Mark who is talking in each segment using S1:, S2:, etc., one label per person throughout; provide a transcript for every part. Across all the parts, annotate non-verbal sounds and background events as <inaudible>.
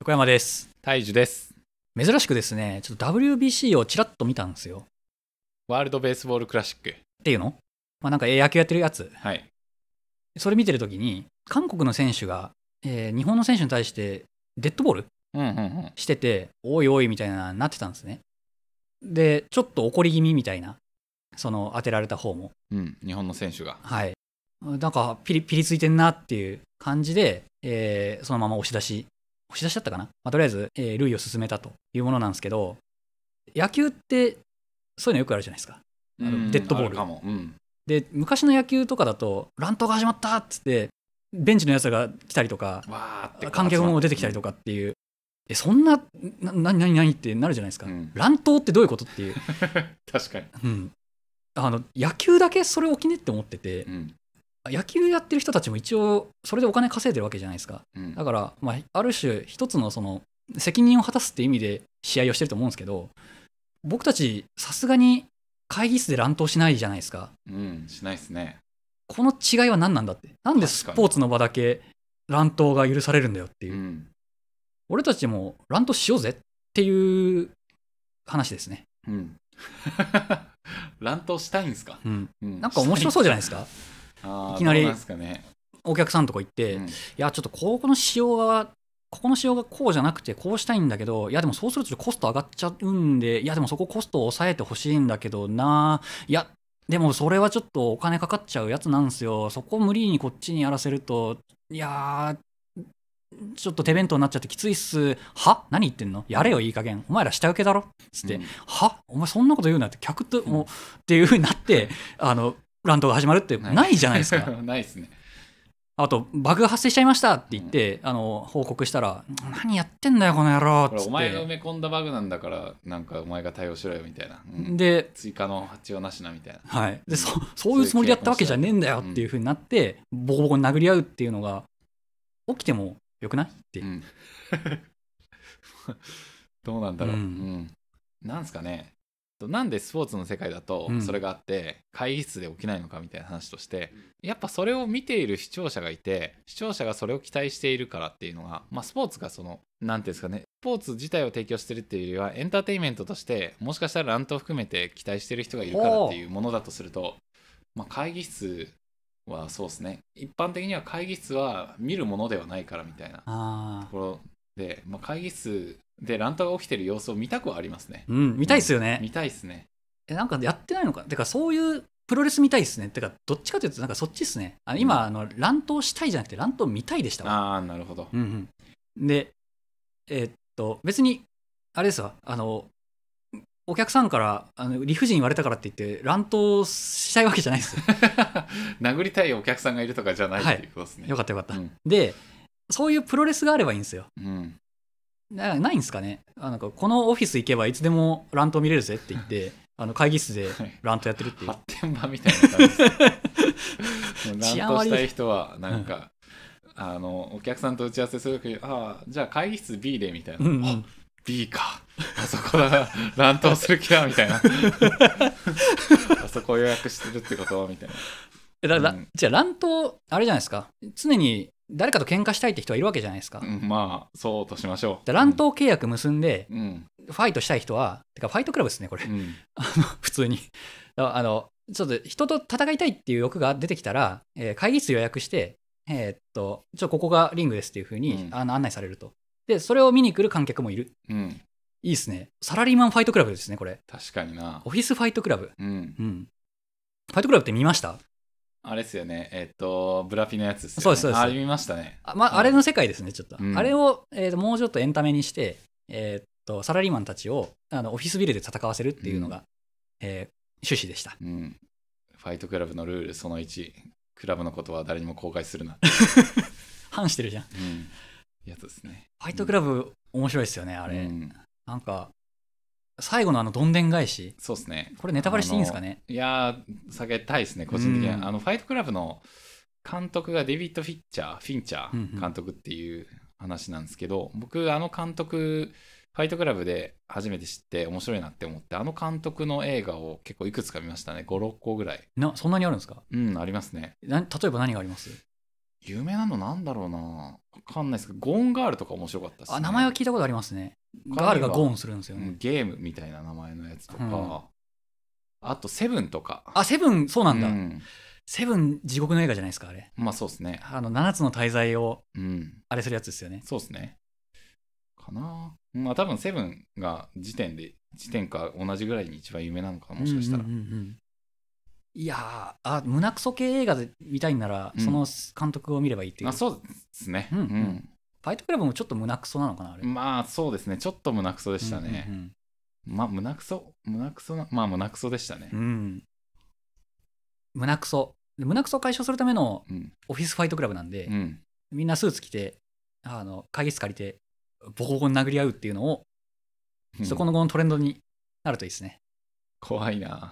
S1: 横山です
S2: 大樹です。
S1: 珍しくですねちょっと WBC をちらっと見たんですよ
S2: ワールドベースボールクラシック。
S1: っていうのまあなんかえー野球やってるやつ
S2: はい。
S1: それ見てる時に韓国の選手が、えー日本の選手に対してデッドボール
S2: うんうんうん。
S1: してておいおいみたいななってたんですねでちょっと怒り気味みたいなその当てられた方も
S2: うん、日本の選手が。
S1: はいなんかピリピリついてんなっていう感じで、えーそのまま押し出し押し出しだったかな、まあ、とりあえず、えー、類を進めたというものなんですけど野球ってそういうのよくあるじゃないですかあの
S2: うん
S1: デッドボール
S2: あるかも。うん。
S1: で昔の野球とかだと乱闘が始まったっつってベンチのやつらが来たりとか
S2: わーって。
S1: 観客も出てきたりとかっていう、えそんなな何何何ってなるじゃないですか、
S2: うん
S1: 乱闘ってどういうことって
S2: <laughs>
S1: いう、
S2: 確かに。
S1: うん、あの野球だけそれ起きねって思ってて
S2: うん。
S1: 野球やってる人たちも一応それでお金稼いでるわけじゃないですか
S2: うん
S1: だから、まあ、ある種一つのその責任を果たすって意味で試合をしてると思うんですけど僕たちさすがに会議室で乱闘しないじゃないですか
S2: うん、しないですね。
S1: この違いは何なんだってなんでス
S2: 確かに
S1: ポーツの場だけ乱闘が許されるんだよっていうう、
S2: ん。
S1: 俺たちも乱闘しようぜっていう話ですね、
S2: うん。 <laughs> 乱闘したいんですか。
S1: うん、
S2: う
S1: なんか面白そうじゃないですか
S2: あー
S1: いきなり
S2: どうなんですかね。
S1: お客さんとこ行って、
S2: うん
S1: いやちょっとここの仕様はここの仕様がこうじゃなくてこうしたいんだけどいやでもそうするとちょっとコスト上がっちゃうんでいやでもそこコストを抑えてほしいんだけどないやでもそれはちょっとお金かかっちゃうやつなんですよそこ無理にこっちにやらせるといやーちょっと手弁当になっちゃってきついっすは何言ってんのやれよいい加減お前ら下請けだろつって、
S2: うん
S1: はお前そんなこと言うなって客ともうっていうふうになってあの乱闘が始まるってないじゃないですか
S2: <laughs> ないですね。
S1: あと、バグが発生しちゃいましたって言って、あの報告したら、何やってんだよ、この野郎
S2: こ
S1: っ
S2: れ
S1: つ
S2: お前が埋
S1: っ
S2: め込んだバグなんだから、なんかお前が対応しろよみたいな。う
S1: て、
S2: ん
S1: で、
S2: 追加の発注なしなみたいな。
S1: はい、
S2: う
S1: で
S2: ん
S1: そ <laughs> そういうつもりでやったわけじゃねえんだよっていうふうになって、ボコボコに殴り合うっていうのが、起きてもよくないって、
S2: うん、 <laughs> どうなんだろう、
S1: う
S2: うんんなんすかねとなんでスポーツの世界だと
S1: うん
S2: それがあって会議室で起きないのかみたいな話としてやっぱそれを見ている視聴者がいて視聴者がそれを期待しているからっていうのが、まあ、スポーツがその何ていうんですかねスポーツ自体を提供してるっていうよりはエンターテインメントとしてもしかしたら乱闘含めて期待してる人がいるからっていうものだとすると、まあ、会議室はそうですね一般的には会議室は見るものではないからみたいな
S1: あ
S2: ところで、まあ、会議室で乱闘が起きてる様子を見たくはありますね
S1: ー。うん、見たいっすよね、
S2: 見たいですね。
S1: えなんかやってないのか、てか、そういうプロレス見たいっすね、てか、どっちかというと、なんかそっちっすね、あの今、
S2: うん
S1: あの乱闘したいじゃなくて、乱闘見たいでしたわ。
S2: ああ、なるほど。 <laughs>
S1: うんうん、で、えーっと、別に、あれですわ、あの、お客さんからあの理不尽言われたからって言って、乱闘したいわけじゃない
S2: <laughs>
S1: ですよ。
S2: 殴りたいお客さんがいるとかじゃない
S1: はい
S2: っていうことですね。
S1: よかったよかった。
S2: うん
S1: で、そういうプロレスがあればいいんですよ。
S2: うん。
S1: なないんですかねあなんかこのオフィス行けばいつでも乱闘見れるぜって言って、あの会議室で
S2: はい
S1: 乱闘やってるっていう
S2: 発。展場みたいな感じです。
S1: <laughs>
S2: もう
S1: 治
S2: 乱
S1: 安
S2: 闘
S1: 悪い
S2: したい人は、なんか、あの、お客さんと打ち合わせするとき、ああ、じゃあ会議室 B でみたいな。
S1: うんうん
S2: あ B か。あそこだ。乱闘する気だみたい
S1: <laughs>
S2: な。あそこ予約してるってことみたいな。
S1: えだら
S2: うん
S1: じゃあ乱闘、あれじゃないですか。常に誰かと喧嘩したいって人はいるわけじゃないですか。
S2: うんまあ、そうとしましょう。
S1: で乱闘契約結んで、
S2: うん。う
S1: フ
S2: ん。
S1: ァイトしたい人は、てかファイトクラブですね、これ。
S2: うん
S1: 普通に。 <laughs> だからあの、ちょっと人と戦いたいっていう欲が出てきたら、えー会議室予約して、えーっと、ちょ、ここがリングですっていうふうに、
S2: うん
S1: あの案内されると。で、それを見に来る観客もいる。
S2: うん、
S1: いいですね。サラリーマンファイトクラブですね、これ。
S2: 確かにな
S1: オ。フィスファイトクラブ。
S2: うん。
S1: うん。ファイトクラブって見ました
S2: あれですよね。えっ、と、ブラピのやつですよね。
S1: そうですそうです
S2: あれ見ましたね。
S1: あ,、ま
S2: うん
S1: あれの世界ですね、ちょっと。
S2: うん
S1: あれを、えーともうちょっとエンタメにして、えーっと、サラリーマンたちをあのオフィスビルで戦わせるっていうのが、えー趣旨でした。
S2: うん。ファイトクラブのルールその1。クラブのことは誰にも公開するな。
S1: 反してるじゃん。フ
S2: うん。やつですね。
S1: ァイトクラブ、面白いですよね、あれ。
S2: うん、
S1: なんか、最後のあのどんでん返し、
S2: そうですね。
S1: これネタバレしていいんですかね
S2: あのいやー、避けたいですね、個人的には。
S1: うん
S2: あの、ファイトクラブの監督がデビッド・フィッチャー、フィンチャ
S1: うんうん
S2: ー監督っていう話なんですけど、僕、あの監督、ファイトクラブで初めて知って面白いなって思って、あの監督の映画を結構いくつか見ましたね。5、6個ぐらい。
S1: なそんなにあるんですか
S2: うん、ありますね。
S1: な例えば何があります
S2: 有名なのなんだろうなわかんないですけどゴーンガールとか面白かったです、ね、
S1: あ名前は聞いたことありますね
S2: 彼は
S1: ガールがゴーンするんですよ
S2: う
S1: ね、
S2: んゲームみたいな名前のやつと
S1: う
S2: か、
S1: ん
S2: あとセブンとか
S1: あセブンそうなんだ、
S2: うん
S1: セブン地獄の映画じゃないですかあれ
S2: まあそうですね
S1: あの7つの滞在を
S2: うん
S1: あれするやつですよね
S2: そうですね。かなまあ多分セブンが時点で、時点か同じぐらいに一番有名なのかなもしかしたら。
S1: うんうんうんうんいやーあ胸クソ系映画で見たいんなら、
S2: うん
S1: その監督を見ればいいっていう
S2: あそうですね、
S1: うんファイトクラブもちょっと胸クソなのかなあれ
S2: うんまあそうですね。ちょっと胸くそで
S1: で
S2: したね。
S1: うん
S2: まあ胸くそ、胸くそな、まあ胸くそでしたね
S1: うん。うん、うん胸クソで胸クソを解消するための
S2: うん。
S1: オフィスファイトクラブなんで、
S2: うん。
S1: みんなスーツ着てあの会議室借りてボコボコに殴り合うっていうのを、
S2: うん
S1: そこの後のトレンドになるといいですね
S2: 怖いな。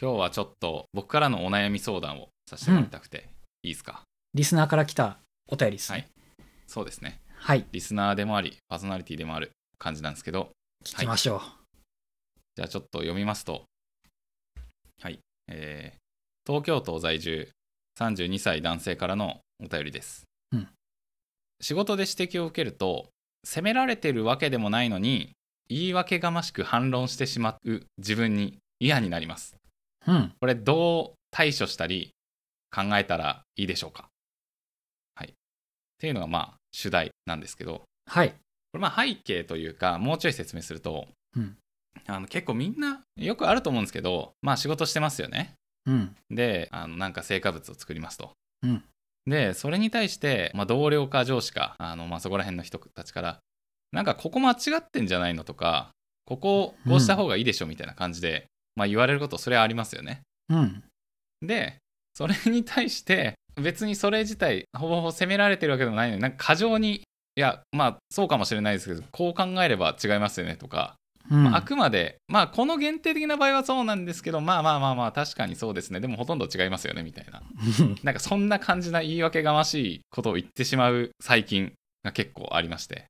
S2: 今日はちょっと僕からのお悩み相談をさせてもらいたくて、いいですか
S1: リスナーから来たお便りですね
S2: そうですね。
S1: はい、
S2: リスナーでもあり、パーソナリティでもある感じなんですけど、
S1: 聞きましょう、
S2: じゃあちょっと読みますと。はい。えー東京都在住32歳男性からのお便りです。
S1: うん
S2: 仕事で指摘を受けると、責められてるわけでもないのに、言い訳がましく反論してしまう自分に嫌になります。
S1: うん
S2: これどう対処したり考えたらいいでしょうかはい。っていうのがまあ主題なんですけど、
S1: はい
S2: これまあ背景というかもうちょい説明すると、
S1: うん
S2: あの結構みんなよくあると思うんですけどまあ仕事してますよね
S1: うん
S2: であのなんか成果物を作りますと、
S1: うん
S2: でそれに対して、まあ、同僚か上司かあの、まあ、そこら辺の人たちからなんかここ間違ってんじゃないのとかこここうした方がいいでしょみたいな感じで、まあ、言われることそれはありますよね
S1: うん
S2: でそれに対して別にそれ自体ほぼほぼ責められてるわけでもないのになんか過剰にいやまあそうかもしれないですけどこう考えれば違いますよねとか、
S1: うん
S2: あくまでまあこの限定的な場合はそうなんですけどまあまあまあまあ確かにそうですねでもほとんど違いますよねみたいななんかそんな感じな言い訳がましいことを言ってしまう最近が結構ありまして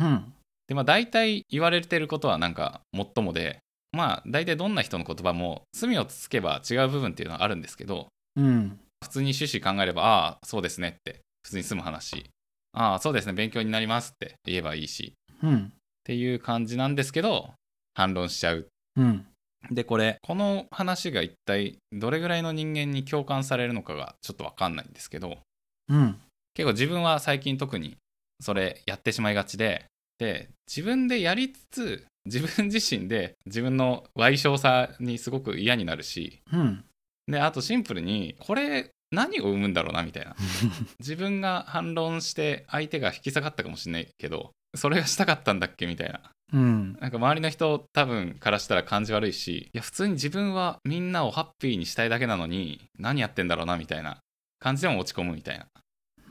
S1: うん
S2: でまあ大体言われてることはなんかもっともでまあ大体どんな人の言葉も罪をつつけば違う部分っていうのはあるんですけど
S1: うん
S2: 普通に趣旨考えれば、ああ、そうですねって、普通に済む話、ああ、そうですね、勉強になりますって言えばいいし、っ
S1: うん
S2: ていう感じなんですけど、反論しちゃう。
S1: うん
S2: で、これ、この話が一体どれぐらいの人間に共感されるのかがちょっとわかんないんですけど、
S1: うん
S2: 結構自分は最近特にそれやってしまいがちで、で、自分でやりつつ、自分自身で自分の賠償さにすごく嫌になるし、
S1: うん
S2: で、あとシンプルに、これ何を生むんだろうなみたいな。自分が反論して相手が引き下がったかもしれないけどそれがしたかったんだっけみたいな
S1: うん
S2: なんか周りの人多分からしたら感じ悪いしいや普通に自分はみんなをハッピーにしたいだけなのに何やってんだろうなみたいな感じでも落ち込むみたいない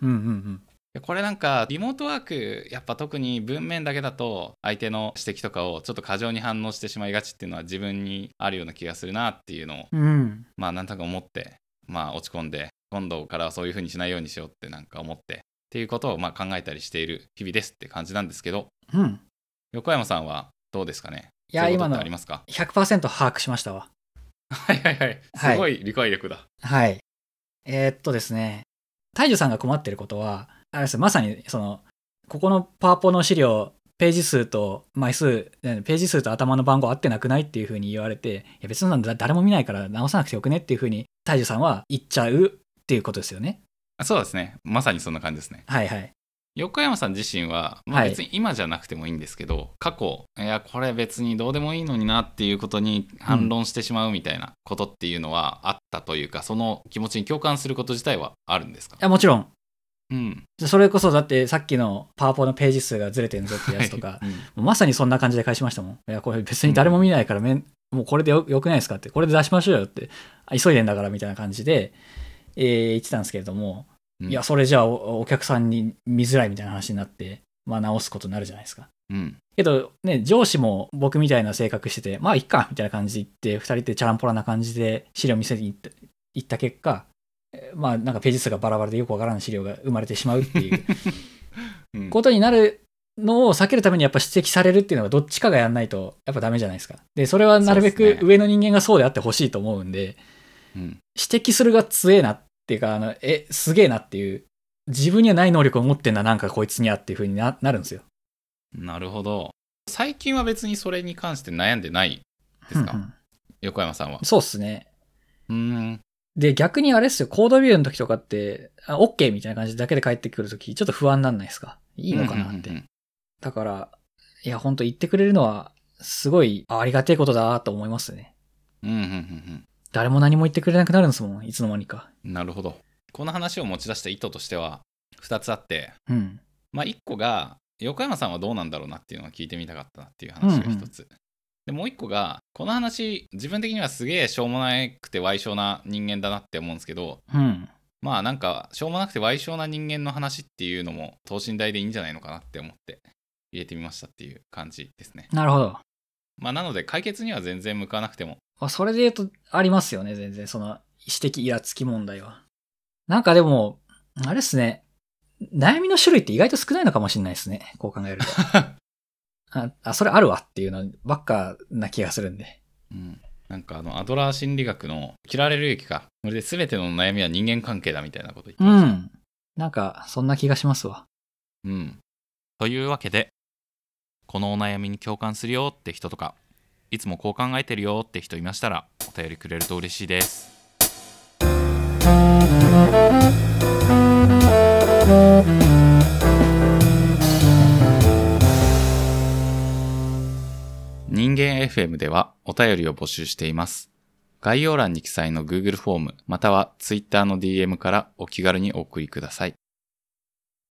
S1: うんうん
S2: やこれなんかリモートワークやっぱ特に文面だけだと相手の指摘とかをちょっと過剰に反応してしまいがちっていうのは自分にあるような気がするなっていうのを
S1: うん
S2: まあなんとなく思って、まあ落ち込んで、今度からはそういう風にしないようにしようってなんか思って、っていうことをまあ考えたりしている日々ですって感じなんですけど、
S1: うん
S2: 横山さんはどうですかね
S1: いや
S2: そううこ
S1: 今
S2: とって
S1: の
S2: ありま
S1: <laughs>
S2: すか
S1: 100%把握しましたわ
S2: はいはいはい。
S1: はい
S2: すごい理解力だ。
S1: はいえーっとですね大樹さんが困ってることはあれですまさにそのここのパワポの資料ページ数と枚数えページ数と頭の番号合ってなくないっていうふうに言われていや別にそんなの誰も見ないから直さなくてよくねっていうふうに大樹さんは言っちゃうっていうことですよね
S2: あそうですね。まさにそんな感じですね。
S1: はいはい
S2: 横山さん自身は、まあ、
S1: はい
S2: 別に今じゃなくてもいいんですけど、過去、いや、これ別にどうでもいいのになっていうことに反論してしまうみたいなことっていうのはあったというか、その気持ちに共感すること自体はあるんですか
S1: いやもちろん
S2: うん。
S1: それこそだってさっきのパワポのページ数がずれてんぞってやつとか、
S2: はいうん
S1: もうまさにそんな感じで返しましたもん。いや、これ別に誰も見ないからめん、もうこれでよよくないですかって、これで出しましょうよって、あ急いでんだからみたいな感じで、えー言ってたんですけれども、
S2: うん
S1: いや、それじゃあおお客さんに見づらいみたいな話になって、まあ直すことになるじゃないですか。
S2: うん。
S1: けどね、上司も僕みたいな性格してて、まあいっかみたいな感じで言って、二人でチャランポラな感じで資料見せに行った行った結果、えーまあなんかページ数がバラバラでよくわからん資料が生まれてしまうっていう。
S2: <laughs> うん
S1: ことになるのを避けるためにやっぱ指摘されるっていうのはどっちかがやんないとやっぱダメじゃないですか。で、それはなるべ
S2: そうで
S1: く
S2: すね
S1: 上の人間がそうであってほしいと思うんで、
S2: うん
S1: 指摘するが強えなっていうかあのえすげえなっていう自分にはない能力を持ってんだなんかこいつにはっていう風にななるんですよ。
S2: なるほど最近は別にそれに関して悩んでないですか、
S1: <laughs> うんうん
S2: 横山さんは
S1: そうっすね。
S2: うーん
S1: で逆にあれっすよコードビューの時とかってあ OK みたいな感じだけで帰ってくる時ちょっと不安になんないですかい
S2: い
S1: いのかなって。
S2: うん
S1: だからいやほんと言ってくれるのはすごいあありがてえことだと思いますね。
S2: うんうんうんうん
S1: 誰も何も言ってくれなくなるんですもんいつの間にか。
S2: うんなるほどこの話を持ち出した意図としては2つあって
S1: うん。
S2: まあ1個が横山さんはどうなんだろうなっていうのを聞いてみたかったなっていう話が1つ、でもう1個がこの話自分的にはすげえしょうもなくて歪小な人間だなって思うんですけど
S1: うん。
S2: まあなんかしょうもなくて歪小な人間の話っていうのも等身大でいいんじゃないのかなって思って入れてみましたっていう感じですね
S1: なるほど。
S2: まあなので解決には全然向かわなくても
S1: まあ、それで言うと、ありますよね、全然。その、指摘イラつき問題は。なんかでも、あれっすね。悩みの種類って意外と少ないのかもしれないですね。こう考 <laughs> えると。あ、あそれあるわっていうのばっかな気がするんで。
S2: うん、なんかあのアドラー心理学の「嫌われる勇気」かそれで全ての悩みは人間関係だみたいなこと言って
S1: う
S2: ました、
S1: ん。なんか、そんな気がしますわ。
S2: うん、というわけでこのお悩みに共感するよって人とかいつもこう考えてるよって人いましたらお便りくれると嬉しいです人間 FM ではお便りを募集しています概要欄に記載の Google フォームまたは Twitter の DM からお気軽にお送りください